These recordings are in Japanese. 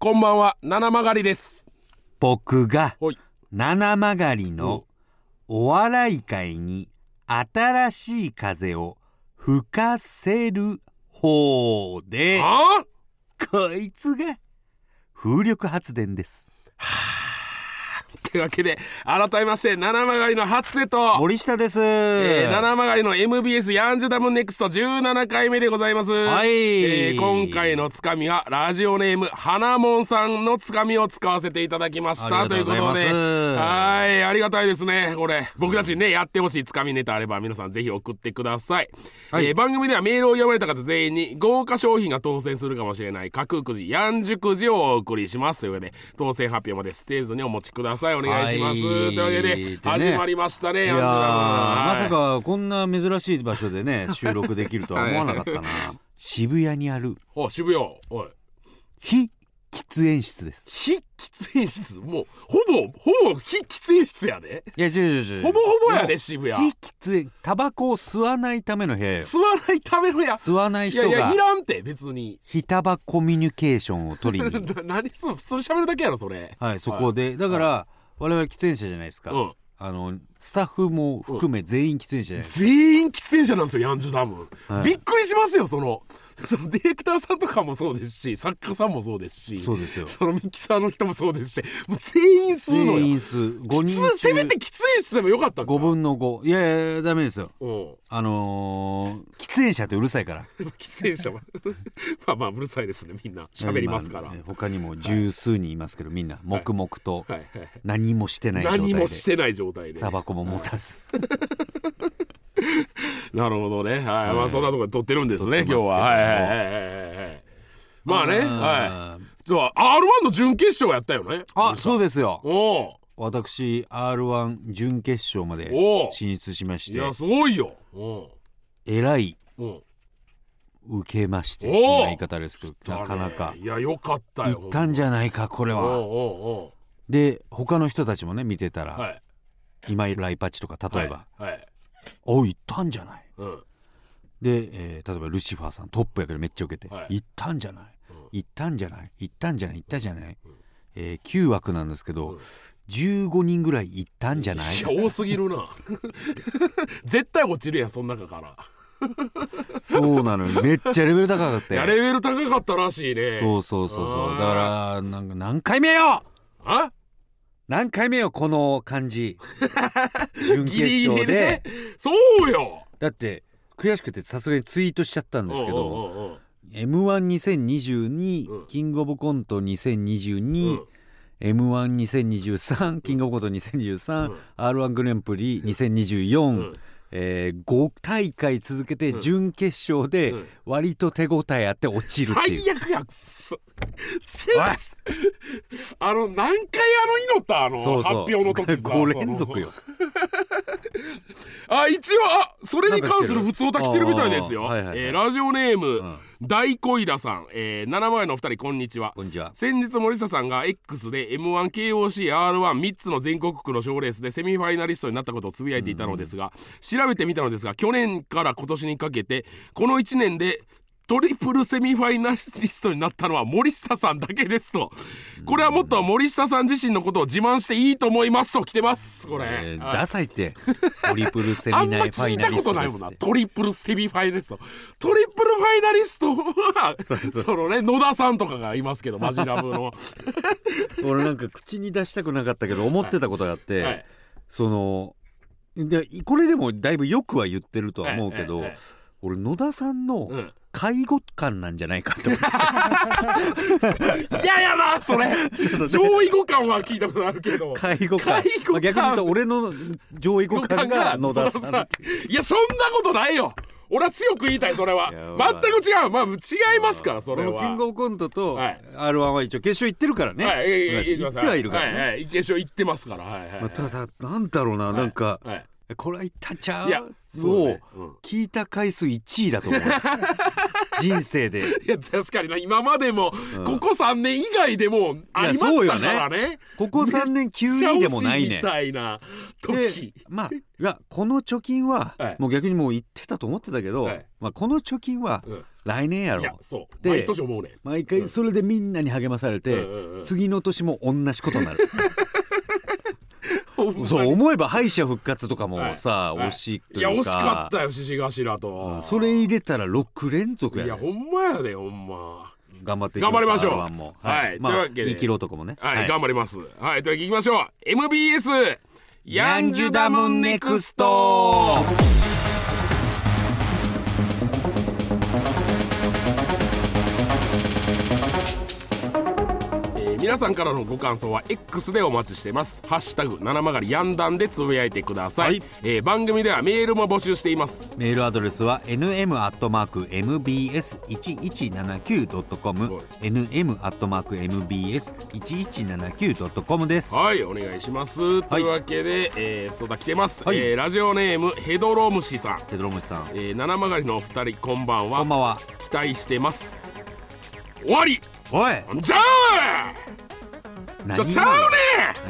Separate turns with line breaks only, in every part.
こんばんは、七曲りです。
僕が
はい。
七曲りのお笑い界に新しい風を吹かせる方で
あ
こいつが風力発電です
ーというわけで、改めまして、七曲りの初瀬と、
森下です、
えー、七曲りの MBS ヤンジュダムネクスト17回目でございます。
はい
えー今回のつかみは、ラジオネーム、花門さんのつかみを使わせていただきました。
ありがとうござい
こ
ま
と
す
で、はい、ありがたいですね、これ。僕たちにね、やってほしいつかみネタあれば、皆さんぜひ送ってください。
はい
えー番組ではメールを読まれた方全員に、豪華賞品が当選するかもしれない、架空くじ、やんじゅくじをお送りします。というわけで、当選発表までステージにお持ちください。お願いします。
は
と
い
いうわけで、
でね
始まりましたね、
い
ヤ
や
ン
ー
ジュダム
ま
はい
さかこんな珍しい場所 でね収録できるとは思わなかったな渋谷にある
お渋谷おい
非喫煙室です
非喫煙室もうほぼほぼ非喫煙室やで
いや違う違う違う
ほぼほぼやで渋谷
非喫煙タバコを吸わないための部屋よ
吸わないためのや
吸わない
い
人
やいや
が
いらんって別に
火タバコミュニケーションを取りに
な 何すんの普通に喋るだけやろそれ
はいそこでだから、我々喫煙者じゃないですか、
うん
あのスタッフも含め全員喫煙者じゃないですか、
全員喫煙者なんですよヤンジュダム、
はい
びっくりしますよそのそのディレクターさんとかもそうですし作家さんもそうですし
そうですよ
そのミキサーの人もそうですしもう全員吸うの
全員
よ
吸う5
普
人
通せめて
中
喫煙室でもよかったんじゃ
5
ん
分の5いやいやダメですよ
うん
あのー、喫煙者ってうるさいから
喫煙者はまあまあうるさいですねみんな 喋りますから、
今え他にも十数人いますけど、みんな黙々と
はいはい
何もしてない状態で
何もしてない状態で
タバコも持たず
なるほどねはい、まあそんなところで撮ってるんですね今
撮ってますけど
日ははいはいはいはいはいまあねは
あー
いじゃあ r 1の準決勝やったよね
あそうですよ
おう
私 r 1準決勝まで
おう
進出しまし
い
て
やすごいよお
えらいう
おう
受けまして
おー
こんな言い方ですけどなかなか
いやよかった
い
よ
ったんじゃないかこれ
おう
は
お
で他の人たちもね見てた
うおうは
ら
い
今井ライパチとか例えば
はいはい
「おいったんじゃない
うん」
でえー例えばルシファーさんトップやけどめっちゃ受けて
は
「
い
いったんじゃない
うん
いったんじゃないいったんじゃないいったじゃない」えー9枠なんですけど15人ぐらいいったんじゃない
いや多すぎるな 絶対落ちるやんその中から
そうなのよめっちゃレベル高かっ
い
た
や
よ
レベル高かったらしいね
そうそうそう
あ
そう
ー
だからなんか何回目よ
あ
何回目よこの感 じ準
ギリ
決
ギ
勝
リね
で
そうよ
だって悔しくてさすがにツイートしちゃったんですけ
う
ど
んうんうんうん
m 1 2 0 2 2
うん
キングオブコント
う
2022
ん、
m 1 2 0 2 3キングオブコント2023、
うん
r 1グランプリ2024、
うん
えー、5大会続けて
うん
準決勝で
うん
割と手応えあって落ちるっていう、
最悪やくそせあの何回あの祈ったあの
そうそう
発表の時 さ
5連続よ
そのあ一応あそれに関する普通歌来てるみたいですよ、
なんか来てるあーはいはいはい
えーラジオネーム、
ん
大小田さん、えー、7前のお二人こんにちは
こんにちは
先日森下さんが X で m 1 k o c r 1 3つの全国区の賞レースでセミファイナリストになったことをつぶやいていたのですが、調べてみたのですが去年から今年にかけてこの1年でトリプルセミファイナリストになったのは森下さんだけですとこれはもっと森下さん自身のことを自慢していいと思いますと来てますこれ、
えー
はい
ダサいってトリプルセミ
あん
ナ
ま
イファ
聞
イ
い
ナ
た
リ
こ
ス
と
ト
ない
で
もん
す
な
って
トリプルセミファイナリストトリプルファイナリスト はそのね野田さんとかがいますけどマジラブ の
俺なんか口に出したくなかったけど思ってたことがあって、
はい
そのでこれでもだいぶよくは言ってるとは思うけど、
ええええ
俺野田さんの
うん
介護官なんじゃないか と思って、
いややなそれ
そうそう
上位互換は聞いたことあるけど
介護官
介護官
まあ逆に言うと俺の上位互 換が野田さん
いやそんなことないよ俺は強く言いたいそれはい
や
全く違うまあ違いますからそれ
俺もキング
は
オブコントと
はい
r 1は一応決勝行ってるからね、
はいいやいや
行ってはいるからね、
はいはい決勝行ってますからはいはい
まあ、ただなんだろうな、なんか、
はい
これは行ったんちゃ
いや
う
そうねうん
を聞いた回数1位だと思う人生で。
いや確かにな今までも、ここ3年以外でもありま
そう
し
よ
たからね
ここ3年急にでもない
めっ
ね
ち。ゃ惜しみたいな時
でまあいやこの貯金は、
はい
もう逆にもう言ってたと思ってたけど、
はい
まあ、この貯金は
うん
来年やろ
いやそう
で
毎年思うねん
毎回それでみんなに励まされて、
うんうんうん
次の年も同じことになる
ほんまに
そう思えば敗者復活とかもさ、
はい
惜しいと
い
いうか
や惜しかったよ獅子頭と
それ入れたら6連続や
い
で
やほんまやでほんま
頑張ってい
頑張りましょう
R1 も
はい
まあ、
というわけで
生きる男もね
はい、
はい
頑張りますはいというわけでいきましょう MBS ヤンジュダムネクストえー皆さんからのご感想は X でお待ちしています「ハッシュタグ七曲りやんだん」でつぶやいてください、
はい
えー番組ではメールも募集しています
メールアドレスは nm.mbs1179.com
はい
nm.mbs1179.com です
はいお願いしますというわけで、えー、そ来てます、
はい
えーラジオネームヘドロムシさん、
テドロムシさん
えー、七曲りのお二人こんばんは
こんばんは
期待してます終わり
おい
なんじゃあちょちゃうね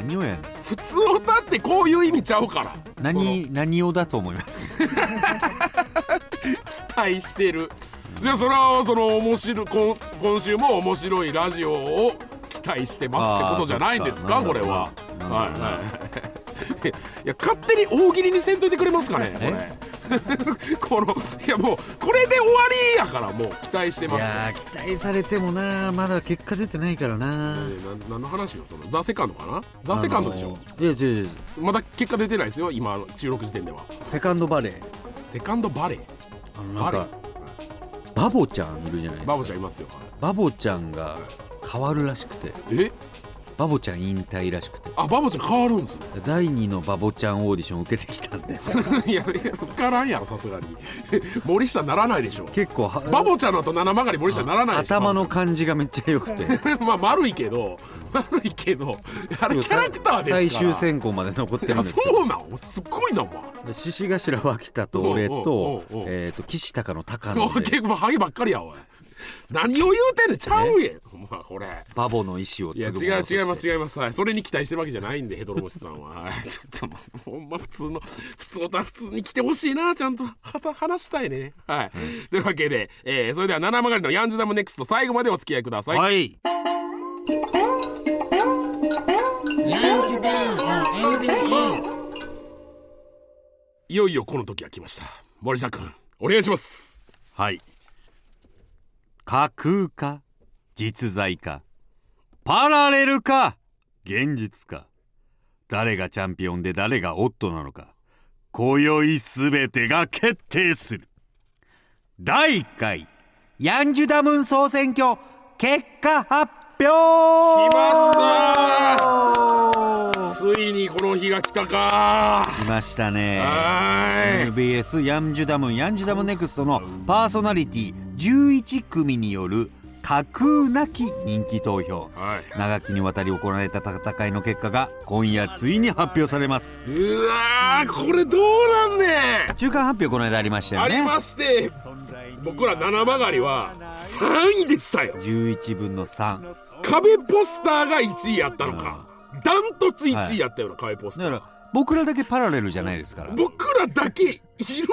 ん
何をやねん
普通の歌ってこういう意味ちゃうからその
何何をだと思います
期待してるでそれはその面白いこん今週も面白いラジオを期待してますってことじゃないんですか
あー
これは
なるほど
はいはいい や勝手に大喜利にせんといてくれますかねこれ このいやもうこれで終わりやからもう期待して
い
ます
やー期待されてもなまだ結果出てないからな
えーな何の話よそのザ・セカンドかなザ・セカンドでしょ、
あのーいや違う違う違う
まだ結果出てないですよ今の収録時点では
セカンドバレー
セカンドバレー
あのな
バ
ん
レー
かバボちゃんいるじゃない
バボちゃんいますよ
バボちゃんが変わるらしくて
え
バボちゃん引退らしくて
あバボちゃん変わるんですね
第2のバボちゃんオーディション受けてきたんで
いやいや分からんやろさすがに 森下ならないでしょ
結構は
バボちゃんのと七曲り森下ならないでしょ
頭の感じがめっちゃ良くて
まあ丸いけど丸いけどあれ キャラクターですから
最終選考まで残ってるん
あ
ですけ
そうなんすっごいなお前
ど獅子頭脇田と俺
おう
と
おうおうおう
えーと岸高の高
も
野
う
で
結構ハゲばっかりやおい何を言うてんねんちゃう やんお前これ
バボの意思を
いや
継ぐ
違う違います
よ
違います、はい、それに期待してるわけじゃないんでヘドロボシさんははい ちょっとほんま普通の普通とは普通に来てほしいなちゃんとはた話したいねはい、というわけで、えーそれでは七曲りのヤンジュダムネクスト最後までお付き合いください、
はい
い、よいよこの時が来ました森下君お願いします
はい架空か実在かパラレルか現実か誰がチャンピオンで誰がオットなのか今宵すべてが決定する第1回ヤンジュダムン総選挙結果発表
来ました
来
ついにこの日が来たか
ましたね
はーい
MBS ヤンジュダムンヤンジュダムネクストのパーソナリティ11組による架空なき人気投票
はい
長きにわたり行われた戦いの結果が今夜ついに発表されます
うわーこれどうなんねん
中間発表この間ありましたよ
あ
ね
りまして僕ら七曲りは3位でしたよ
11分の3
壁ポスターが1位やったのかダントツ1位やったような壁ポスタ
だか
ー、
ら僕らだけパラレルじゃないですから、
僕らだけい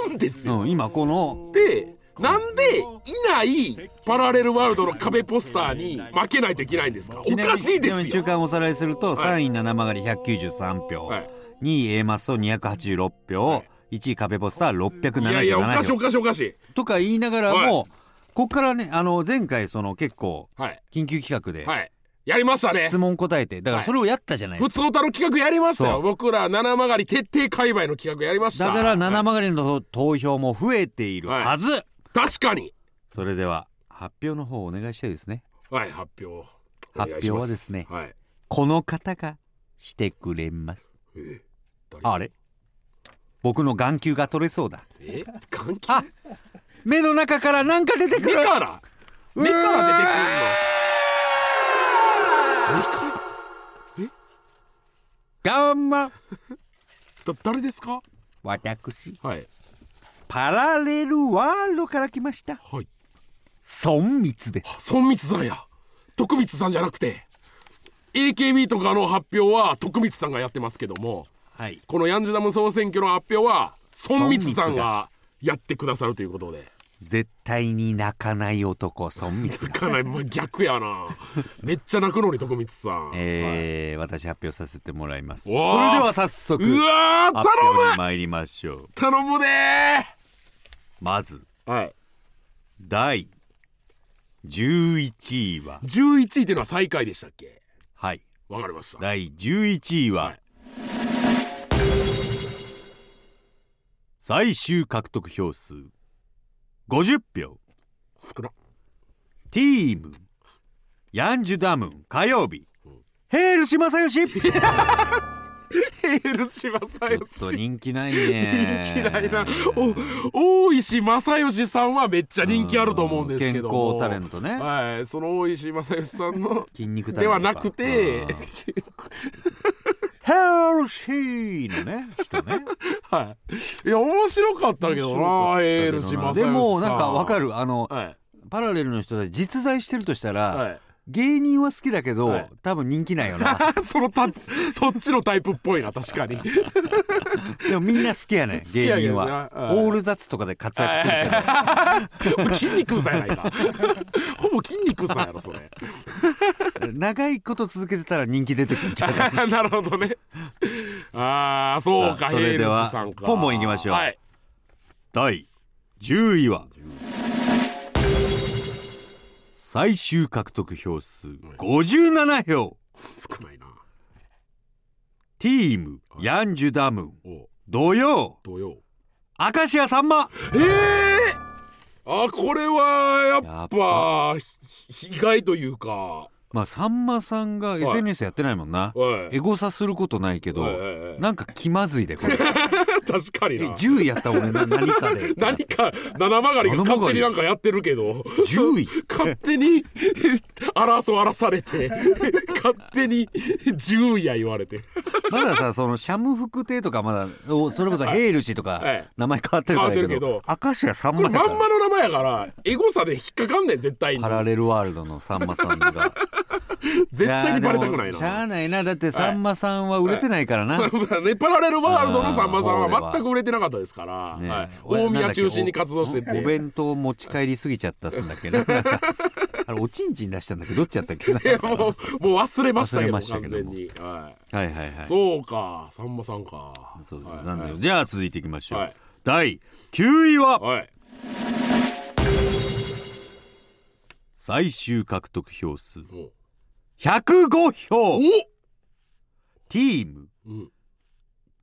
るんですよ、
うん、今この
でなんでいないパラレルワールドの壁ポスターに負けないといけないんですかおかしいで
ちなみに
す
中
よ
間をおさらいすると
は
3位七曲り193票、
はい
2位 A マスト286票、1位壁ポスター677票
いやいやおかしいおかしいおかしい
とか言いながらも、ここからねあの前回その結構
はい
緊急企画で
はいやりましたね
質問答えてだからそれをやったじゃないで
普
すか、
通歌の企画やりました
そ
よ
う
僕ら七曲り徹底界隈の企画やりました
だから七曲りの投票も増えているはず、
確かに
それでは発表の方をお願いしたいですね
はい発表お願いします
発表はですね
はい
この方がしてくれます
え誰
あれ僕の眼球が取れそうだ
え眼球
あ目の中からなんか出てく
目
る
から目から出て
ガンマ
くるのだ誰ですか
私
はい
パラレルワールドから来ました
はい
孫密です
孫光さんや徳光さんじゃなくて AKB とかの発表は徳光さんがやってますけども
はい
このヤンジュダム総選挙の発表は孫光さんがやってくださるということで
絶対に泣かない男孫密が
かなりまあ逆やなめっちゃ泣くのに徳光さん、
えー私発表させてもらいますそれで
わー
は早速
うわー
発
頼
表に
む
参りましょう
頼むね
まず
ーはい
第11位は
11位っていうのは最下位でしたっけ
はい
わかりました
第11位は、
はい
最終獲得票数50票
少 な
ティームヤンジュダムン火曜日ヘールしまさよしちょっ
ヘールしまさよ
と
し
人気ないね
人気ないな お大石正義さんはめっちゃ人気あると思うんですけども
健康タレントね
はいその大石正義さん の
筋肉タレ
で
ント
はな
か
くて
うんヘールシーのね人ね
はいいや面白かったけ どなヘールし正義さん
でもなんかわかるあの
はい
パラレルの人たち実在してるとしたら、
はい
芸人は好きだけど、
はい
多分人気ない よな
そのタイプそっちのタイプっぽいな確 かに
でもみんな好きやねん
きやけ
芸人
ど
は
な、うん
オール雑とかで活躍するけど、
もう筋肉さんやないか ほぼ筋肉さんやろそ れ
長いこと続けてたら人気出てくるんちゃう か
なるほどねああそうか
さあ
ヘ
そ
ー
れ
ル
では
シさんか
ポンポン行きましょう
はい
第10位は最終獲得票数57票
少ないな
ティームヤンジュダム
お
土曜
土曜
明石家さんま
ええあこれはやっぱひひ意外というか
まあさんまさんが SNS やってないもんな
はい
エゴサすることないけど
はいはいはい
なんか気まずいでこれ
確かに
え
な
10位やった俺な何 かで
何か七曲りが
七曲り
勝手になんかやってるけど
10位
勝手に 争わされて 勝手に10位や言われて
まださそのシャム福亭とかまだおそれこそヘールシーとか
はい
名前変わってるから
変
やけ
わ
ど
って
明石家さん
こ
ま
れ
やか
ま
ら
んまの名前やからエゴサで引っかかんねん絶対に
パラレルワールドのさんまさんが
絶対にバレたくないな
やでもしゃあないなだってさんまさんは売れてないからな、
ね、パラレルワールドのさんまさんは全く売れてなかったですから、
ね
はい、
お
大宮中心に活動して
おお
て。
弁当持ち帰りすぎちゃったっすんだ っけななんかあれおちんちん出したんだっけどどっちやったっけなはい
もうもう忘れましたけ
忘れ
ど
ました
完
けども
全に、は
はいはい
い、そうかさんまさんか
そうです
はい
なんだよじゃあ続いていきましょう、
はい
第9位は
はい
最終獲得票数
も
105
う
票
お
ティーム
うん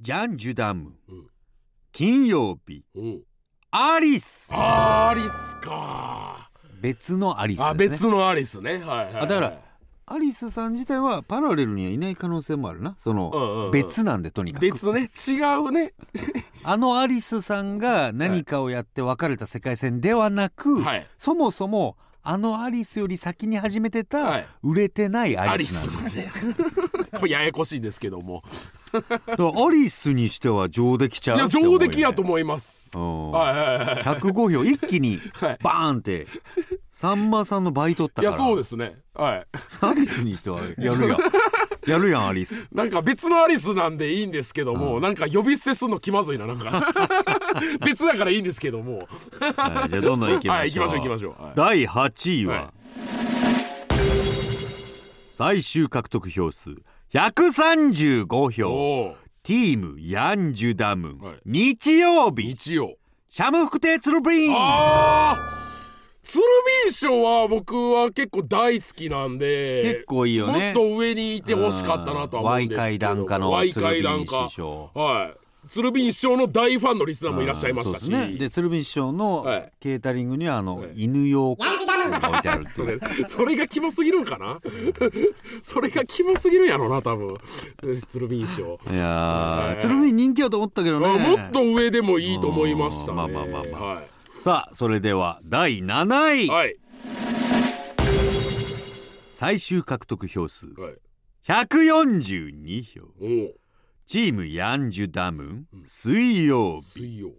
ジャンジュダム、
うん
金曜日
うん
アリス
アリスか
別のアリスですね
あ別のアリスねはいはい、はい、
あだからアリスさん自体はパラレルにはいない可能性もあるなその、
うんうんうん
別なんでとにかく
別ね違うね
あのアリスさんが何かをやって別れた世界線ではなく、
はい
そもそもあのアリスより先に始めて
は
た
い
売れてないア
ア
リ
リ
スなん
ス
だ、
ね これややこしいですけども
だからアリスにしては上出来ちゃう
い
い
や上出来やと思います
思う、
はいはいはい
うん、105票一気に
はい
バーンってさんまさんの倍取った
いや
から
そうですねはい
アリスにしてはや るやんやるやんアリス
なんか別のアリスなんでいいんですけども、なんか呼び捨てするの気まずいななんか 別だからいいんですけども
はい、じゃあどんどん行きましょう。
はい行きましょう行きましょうはい
第8位は、
は
最終獲得票数135
お
票。
お
ティームヤンジュダム、
はい
日曜日
日曜
シャムフクテツルブリーン
ああ鶴瓶賞は僕は結構大好きなんで
結構いいよ
も
ね
っと上にいてほしかったなとは思うんですけど
Y 階段下の
Y
鶴瓶
階段下
師匠
はい鶴瓶師匠の大ファンのリスナーもいらっしゃいましたし
そうですねで鶴瓶師匠の
はい
ケータリングにはあの、
はい
犬用コーラが置いてあるって
そ
いう
れそれがキモすぎるんかな それがキモすぎるんやろな多分鶴瓶師匠
いや
は
ー
い
鶴瓶人気やと思ったけどね
あもっと上でもいいと思いましたね
うんまあまあまあま
は
さあそれでは第7位、
いはい
最終獲得票数
はい
142票
おう
チームヤンジュダムン水曜日
水曜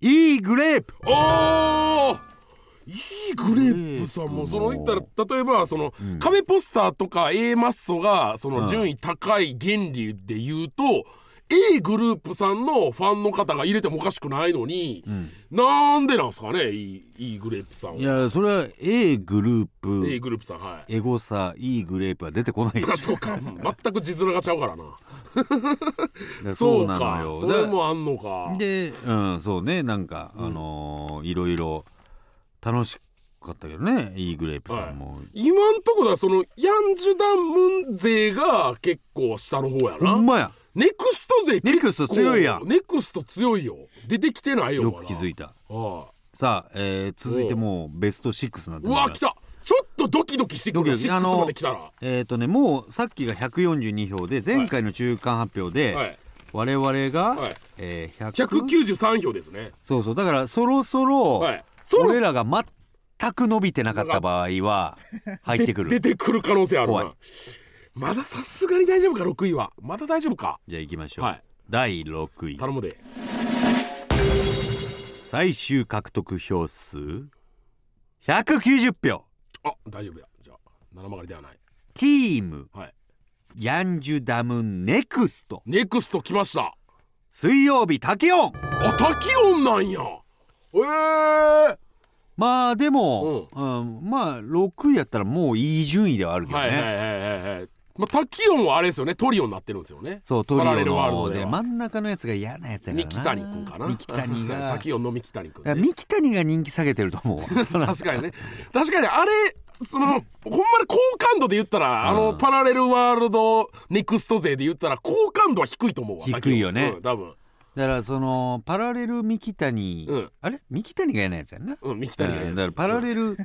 いいグレープ
ああいいグレープさんもその言ったら例えばその壁ポスターとか A マッソがその順位高い原理で言うと A グループさんのファンの方が入れてもおかしくないのに、なんでなんですかねいいいいグレープさん
い
は
やそれは A グルー
A
プ
グループさんはい
エゴサ E グレープは出てこ ないで
あ
し
そうか全く字面がちゃうからな
ょ
そう
なの
か
よ
それもあんのか
で、うん、そうねなんか、あのーいろいろ楽しかったけどね E グレープさんも、
今んとこだそのヤンジュダンムン勢が結構下の方やな
ほんまや
ネクスト勢結構
ネクスト強いやん
ネクスト強いよ出てきてないよ
よく気づ
い
いた
ああ
さあ、えー続いてもうベスト6なんで
うわ来たちょっとドキドキしてくる
ドキドキ
6
あの
まで来たら
えっ、とねもうさっきが142票で前回の中間発表で、
はい
我々が、
はい
えー、100
193票ですね
そうそうだからそろそろ、
はいそろそろ
俺らが全く伸びてなかった場合は入ってく
出
る
てくる可能性ある
怖い
なまださすがに大丈夫か6位はまだ大丈夫か
じゃあ行きましょう、
はい
第6位
頼むで
最終獲得票数190票
あ大丈夫やじゃあ七曲がりではない
ティーム
はい
ヤンジュダムネクスト
ネクスト来ました
水曜日滝音
あタキオンなんやええ
まあでも、うんまあ6位やったらもういい順位ではあるけどね、
はいはいはいはいはいまあタキオンはあれですよねトリオになってるんですよね
そうトリ
パラレ
オ
ルワール
の
ドで
で
は
真ん中のやつが嫌なやつやから
三
な
木谷君かな
三 木谷が
滝音の三木谷君、
だから
ね、
三木谷が人気下げてると 思う
確かにね確かにあれそのほんまに好感度で言ったらあのパラレルワールドネクスト勢で言ったら好感度は低いと思うわ
低いよね
滝音うん、多分
だからそのパラレル三木谷、
うん
あれ三木谷が嫌なやつやんな、
うん三木谷が嫌なやつ
だからパラレル、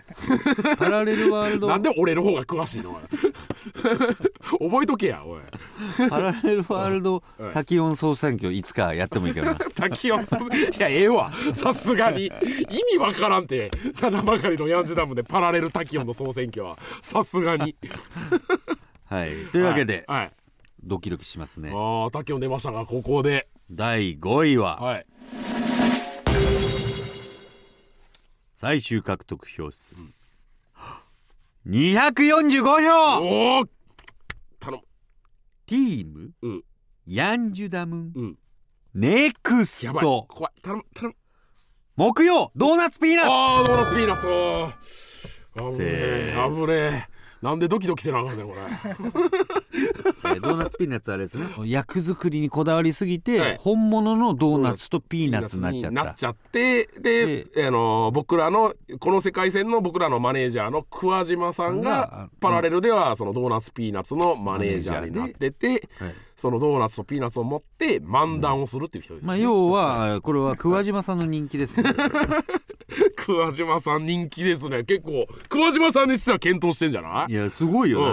パラレルワールド
なんで俺の方が詳しいのおい覚えとけやおい
パラレルワールド
うん
滝音総選挙いつかやってもいい けどな
滝音さんいやええわさすがに意味わからんて七曲がりのヤンジュダムでパラレル滝音の総選挙はさすがに
はいというわけで、
はい、はい
ドキドキしますね
ああ滝音出ましたがここで
第5位は
はい
最終獲得票数、245票
おお頼む
ティーム、
うん
ヤンジュダム、
うん
ネクス
やばい
ト
怖い頼む頼む
木曜ドーナツピーナッツ
ああドーナツピーナッツおー危ねえ
せー
危ねえなんでドキドキせなあかんねんこれ
えードーナツピーナッツあれですね 役作りにこだわりすぎて、
はい
本物のドーナツと ピーナッツになっちゃった
なっちゃってで、あの僕らのこの世界線の僕らのマネージャーの桑島さん
が
が
うん
パラレルではそのドーナツピーナッツのマネージャーになってて
はい
そのドーナツとピーナッツを持って漫談をするっていう人です、
まあ
ね
要はこれは桑島さんの人気ですね
桑島さん人気ですね結構桑島さんにしては検討してんじゃない
いやすごいよ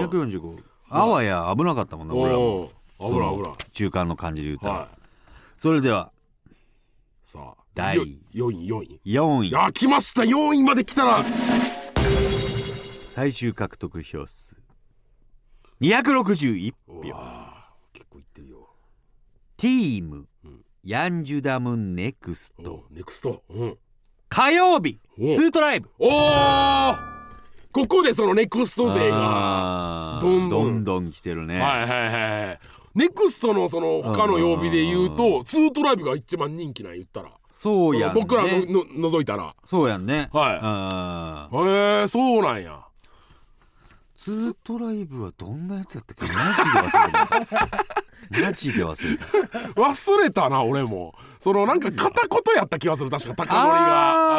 だって245あわや危なかったもんな俺らも
おお危ない危ない
中間の感じで言ったら、
はい
それでは
さあ
第
4位4位
4位
あ来ました4位まで来たら
最終獲得票数261
う
票
わ結構いってるよ
ティーム、
ん
ヤンジュダムネクス
お
ト
うネクストうん
火曜日
お
ツートライブ
おーここでそのネクスト勢が
あー
どんど
ど
ん
んどん来てるね、
はいはいはいネクストのその他の曜日で言うとツートライブが一番人気なん言ったら
そうやん
そ
ね
の僕らのの覗いたら
そうやんね
はい
あー
へえそうなんや
ツートライブはどんなやつやったっけマジで 忘れたマジで忘れた
忘れたな俺もそのなんか片言やった気がする確か高典が
あ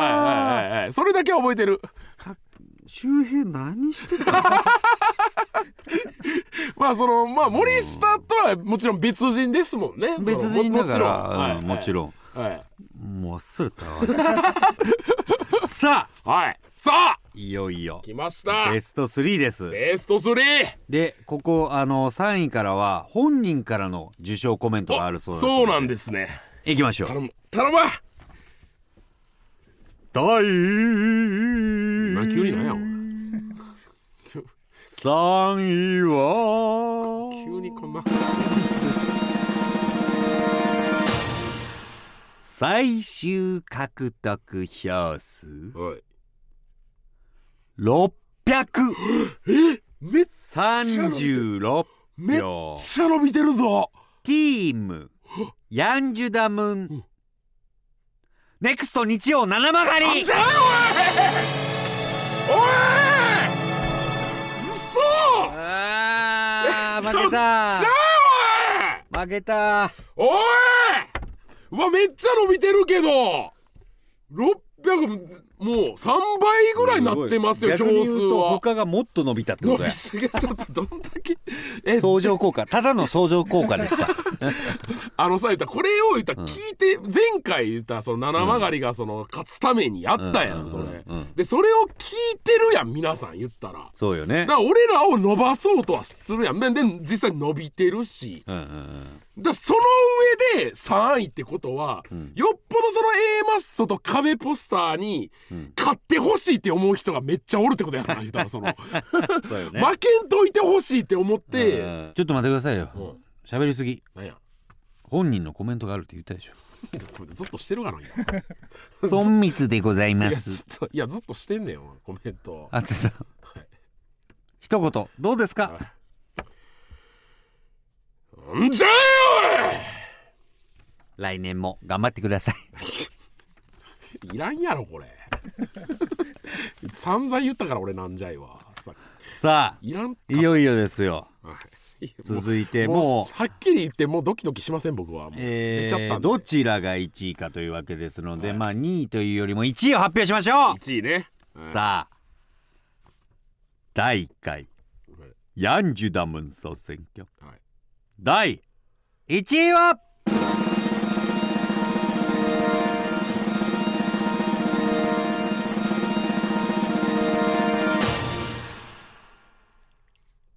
ー
はいはいはいはいそれだけは覚えてる
周平何してたの
まあそのまあ森下とはもちろん別人ですもんねその
別人だから
も
もちろん,、
んはいはい
もう忘れた わさあ
はい、はいさあ
いよいよ
来ました
ベスト3です
ベスト 3!
でここあの3位からは本人からの受賞コメントがあるそう
そうなん
で
ですね
いきましょう
頼む頼む
第
急になんやおい
3位は
急にこんな
最終獲得票数
はい
636
めっちゃ伸びてるめっ
票
ちゃ伸びてるぞ
ティームヤンジュダムンネクスト日曜七曲がり
じゃあおいおい嘘
あー負け
じゃ
た
あ
負けた
おいおいうわめっちゃ伸びてるけど600もう3倍ぐらいになってますよ
逆
票
に
数
言うと
は
他がもっと伸びたってこ
伸
と
び
や
すぎちょっとどんだけえ
相乗効果ただの相乗効果で した
あのさ言ったらこれを言ったら聞いて、前回言ったらその七曲りがその勝つためにやったや
うんうんうんうん
んそれ、でそれを聞いてるやん皆さん言ったら
そうよね
だから俺らを伸ばそうとはするやんでで実際伸びてるし
うんうんうん
だからその上で3位ってことは、よっぽどその A マッソと壁ポスターに買ってほしいって思う人がめっちゃおるってことや な言ったらその
そうよね
負けんといてほしいって思っ
う
て
んちょっと待ってくださいよ
うん
喋りすぎ
なんや
本人のコメントがあるって言ったでしょ
これずっとしてるから 今
孫密でございま
いやずっといやずっとしてんねんよコメント
あつさん
はい
一言どうですか
んじゃい
来年も頑張ってください
おいいらんやろこれ 散々言ったから俺なんじゃいはさ
さあ
いらん
いよいよですよ
はいいやもう
続いて
もう
もう
はっきり言ってもうドキドキしません僕はもう、
え
出ちゃっ
ー
たんで
どちらが1位かというわけですので、まあ2位というよりも1位を発表しましょう、
1位ね、
さあ第1回ヤンジュダムン総選挙
はい
第1位は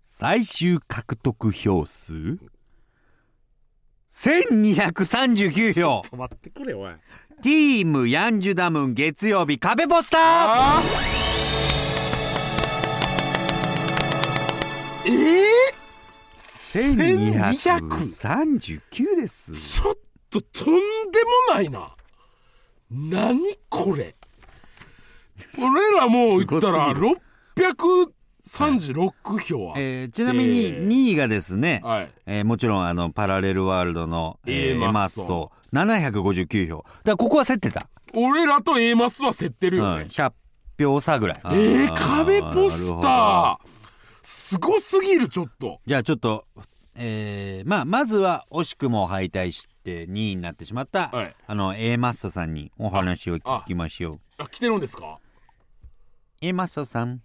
最終獲得票数1239票
止まってくれおい
ティームヤンジュダムン月曜日壁ポスター
あーえー、1200
1239です
ちょっととんでもないな何これ俺らもう言ったら636票は、
えーちなみに
えー
2位がですね、
はい
えーもちろんあのパラレルワールドの、え
A
ー、エマ
マ
ッ
ッ
ソ
ソ
759票だからここは競ってた、
俺らと A マスは競ってる
うん、
よね、
100票差ぐらい
え
あ
ー、壁ポス
なるほど
ターすごすぎるちょっと
じゃあちょっと、えーまあ、まずは惜しくも敗退して2位になってしまった、
はい
あの A マッソさんにお話を聞きましょう
あ来てるんですか
A マッソさん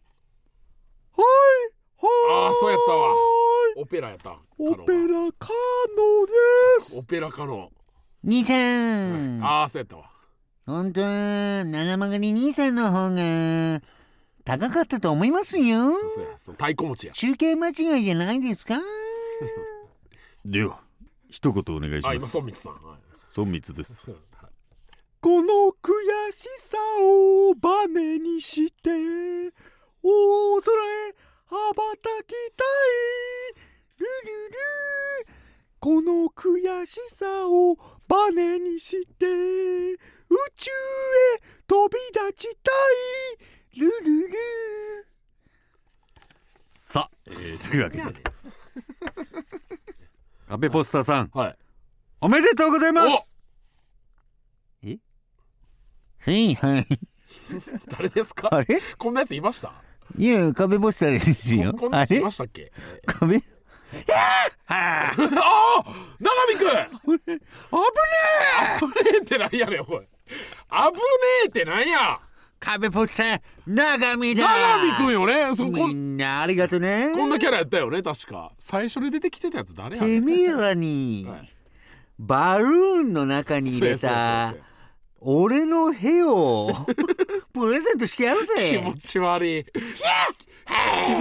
ああそうやったわオペラやったカノは
ラカノで
オペラカノ
兄さん、
ああそうやったわ
本当七曲り兄さんの方が高かったと思いますよ
そうやそう太鼓持ちや
中継間違いじゃないですかでは一言お願い
あ今孫光さん、はい
孫光です
この悔しさをバネにして大空へ羽ばたきたいルルルこの悔しさをバネにして宇宙へ飛び立ちたいルルル
さあ、えーというわけで壁ポスターさん
はい
おめでとうございます
はいはい
誰ですか
あれ
こんなやついました
いや壁ポスターですよ
ここんな
あ
やつい
れ
ましたっけ
壁
ああー長見くん
危ねえ
危ねえってなんやねんおい危ねえってなんや
壁ポスター長見だ
長見くんよねそこ
み
ん
んなありがとね
こんなキャラやったよね確か最初に出てきてたやつ誰やね
て
ん
めえらに
はい
バルーンの中に入れ
そうやそう
た
やそうや
俺の部屋をプレゼントしてやる
気
ぜ
持ち悪い。キ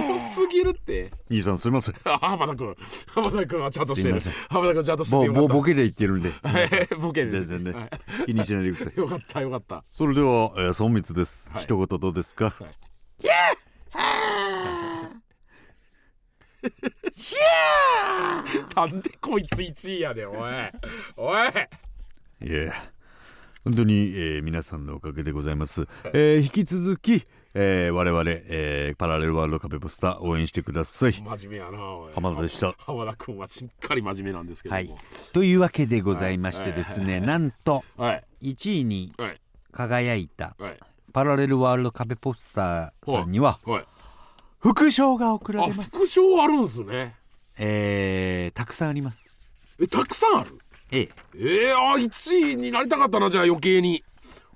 モすぎるって。
兄さんすいません
あ 浜田君、浜田君はちゃんとしてる
すいません。
浜田君ちゃんとして
ぼ
てよか
ぼ
った。
ボケで言ってるんで
はいボケで
全
す
然ね、
はい
気にしないでください
よかったよかった。
それでは、えー、孫光です、
はい
一言どうですか、
はいなんでこいつ1位やねんおい。おい。
いえ
本当に、えー皆さんのおかげでございます、えー引き続き、えー我々、えーパラレルワールドカベポスター応援してください
真面目やなおい
浜田でした
浜田君はしっかり真面目なんですけど
はい
も
というわけでございましてですねなんと
はい
1位に
はい
輝いた
はい
パラレルワールドカベポスターさんには
はい
副賞が贈ら
あ
れます
副賞あるんすね
えーたくさんあります
えたくさんある
ええ
えー、あ1位になりたかったなじゃあ余計に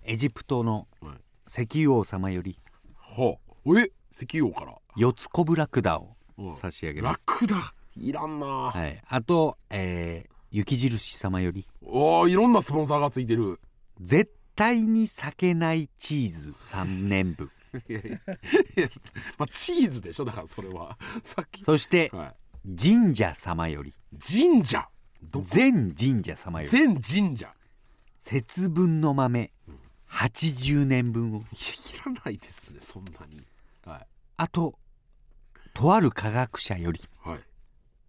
エジプトの
はい
石油王様より
はあえ石油王から
四つ子ブラクダを
うん
差し上げます、
楽だいらんな、あ
はい、あと、えー雪印様より
あいろんなスポンサーがついてる
絶対に避けないチーズ3 年分
まあチーズでしょだからそれはさっき、
そして
は
神社様より
い、神社ど
全神社様より
全神社
節分の豆80年分
い
を
やいらないですねそんなには
あととある科学者より
いはい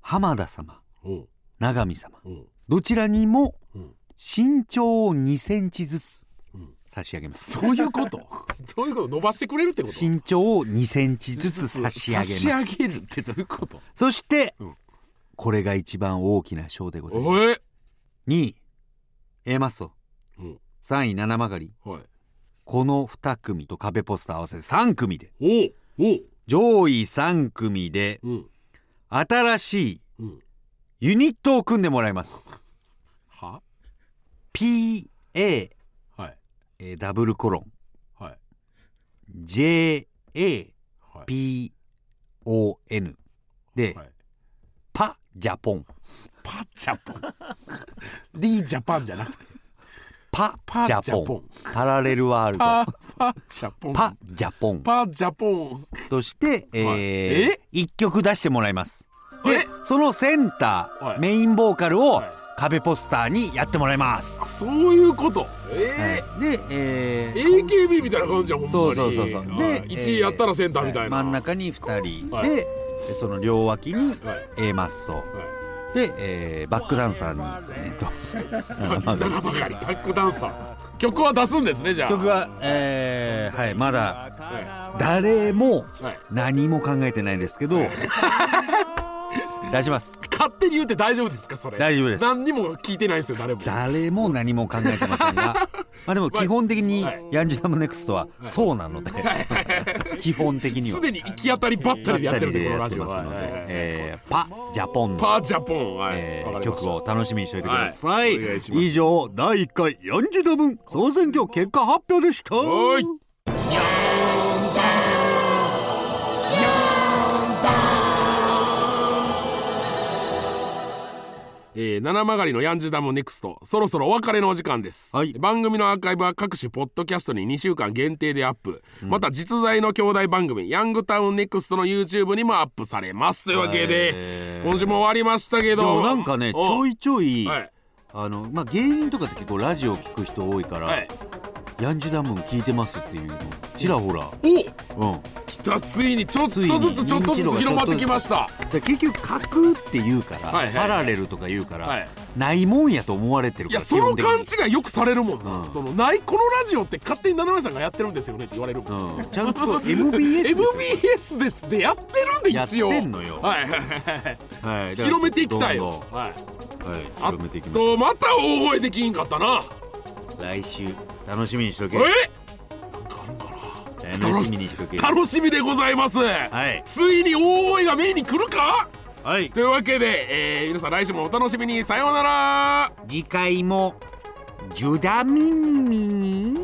浜田様
おう
永見様
おう
どちらにも
うん
身長を2センチずつ
うん
差し上げます
そういうこと そういうこと伸ばしてくれるってこと
身長を2センチずつ差し上げます
差し上げるってどういうこと
そして、
うん
これが一番大きな賞でございます
おえ
2位 A マッソ
うん
3位七曲り
はい
この2組と壁ポスター合わせて3組で
おうおう
上位3組で
うん
新しい
うん
ユニットを組んでもらいます
は
PA え
はい
ーダブルコロン
はい
JAPON
はい
で、
はい
パジャポン
パジャポン D ジャパンじゃなくて
パ
パ
ジャ
ジャポ
ポ
ン
ンパラレルワールド
パパジャポン
パジャポン
パジャポン
として、え
はい
ー
え
一曲出してもらいます
え
でそのセンタ
は
ー
い
メインボーカルを
はい
壁ポスターにやってもらいます、
あそういうことえ
はいで、え
ー
ー
AKB みたいな感じじゃんほんまに
そうそうそうそうで、
で1位やったらセンターみたいな
は真ん中に2人で、
はい
でその両脇に
はい
A マッソで、えーバックダンサーに、えーと
はい七ばかりタックダンサー曲は出すんですねじゃあ
曲は、えーはい、まだ
は
誰も
いはい
何も考えてないですけど出します
勝手に言って大丈夫ですかそれ
大丈夫です
何にも聞いてないですよ誰も
誰も何も考えて ませんがまあでも基本的にヤンジュダムネクストはそうなので基本的には
すでに行き当たりばったりでやってるんでこのラジオは
の
は
で
いはいはい
えーパ・ジャポンの、
パジャポンはい
えー
わかりました
曲を楽しみにしておいてください,、
はいお願いします
以上第1回40度分総選挙結果発表でした
おいえー七曲りのヤンジュダムネクストそろそろお別れのお時間です、
はい
番組のアーカイブは各種ポッドキャストに2週間限定でアップ、また実在の兄弟番組ヤングタウンネクストの YouTube にもアップされますというわけで、
えー
今週も終わりましたけ
で
ど
もなんかねち
お
ょいちょい、
はい
あのまあ、芸人とかって結構ラジオ聞く人多いから、
はい
ヤンジュダムン聞いてますっていうのちらほら、
お
うん、
来たついにちょっ
つ
と
いに
ずつちょっとずつ広まってきました
で結局架空って言うから、
はいはい
パラレルとか言うから、
はい
ないもんやと思われてる
い
から
やその
基
勘
本
違いよくされるもんな、
うん
そのないこのラジオって勝手に七海さんがやってるんですよねって言われるも
的
ん、
に、うん、ちゃんと MBS ですよ
MBS ですでやってるんで
やっ
一応
てんのよ
はいはいはいは
はい、
い
だから
広めていきたいよ
どんどん
は
は
い、
い、
あ
広めていきま
とまた大声できんかったな
す来週楽しみにしとけ
えなんかあるんか
楽しみにしとけ
な楽しみでございます、
はい
ついに大声が目に来るか
はい
というわけで、えー皆さん来週もお楽しみにさようなら
次回もジュダミニミニ